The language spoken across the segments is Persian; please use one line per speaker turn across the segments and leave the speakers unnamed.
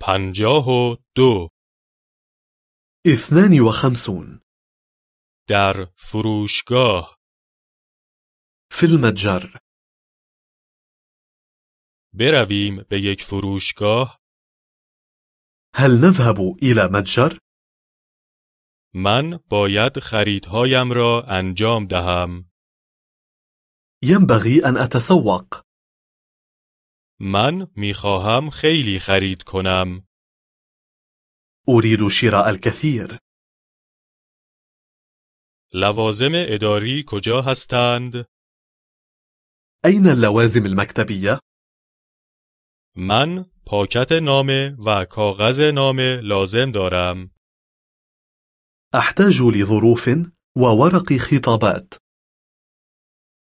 پنجاه و دو
اثنان وخمسون
در فروشگاه
في المتجر
برویم به یک فروشگاه
هل نذهب إلى متجر؟
من باید خریدهایم را انجام دهم
ينبغي أن أتسوق
من میخواهم خیلی خرید کنم
أريد شراء الكثير
لوازم اداری کجا هستند؟
أين اللوازم المكتبية؟
من پاکت نامه و کاغذ نامه لازم دارم
أحتاج لظروف وورق خطابات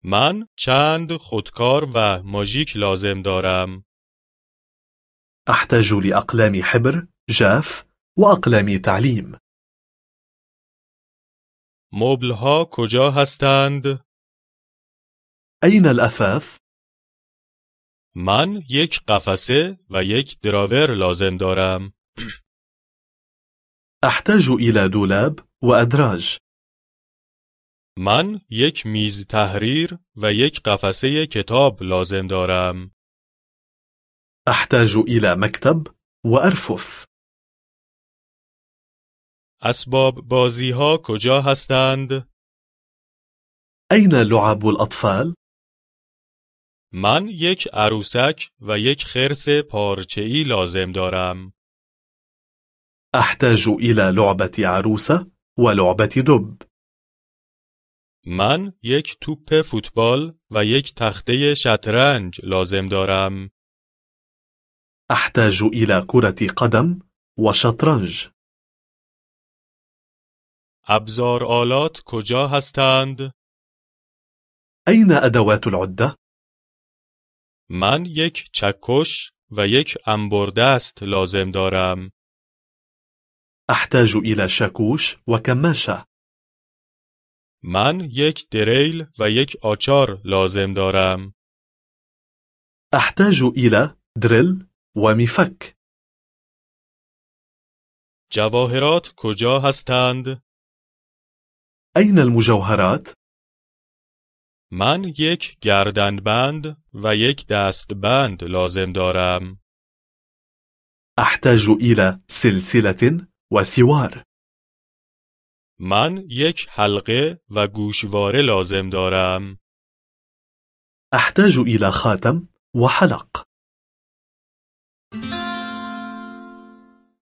من چند خودکار و ماژیک لازم دارم
أحتاج لأقلام حبر، جاف وأقلام تعليم
مبلها کجا هستند؟
أين الأثاث؟
من یک قفسه و یک دراور لازم دارم
أحتاج إلى دولاب وأدراج
من یک میز تحریر و یک قفسه کتاب لازم دارم
أحتاج إلى مكتب وأرفف
اسباب بازی ها کجا هستند؟
أين لعب الأطفال؟
من یک عروسک و یک خرس پارچه‌ای لازم دارم
أحتاج إلى لعبة عروسة ولعبة دب
من یک توپ فوتبال و یک تخته شطرنج لازم دارم
أحتاج إلى كرة قدم وشطرنج
ابزار آلات کجا هستند؟
أين أدوات العدة؟
من یک چکش و یک انبردست لازم دارم
أحتاج إلى شاكوش وكماشة
من یک دریل و یک آچار لازم دارم
أحتاج إلى دريل ومفك
جواهرات کجا هستند؟
أين المجوهرات؟
من یک گردنبند و یک دستبند لازم دارم
أحتاج إلى سلسلة وسوار
من یک حلقه و گوشواره لازم دارم
أحتاج إلى خاتم وحلق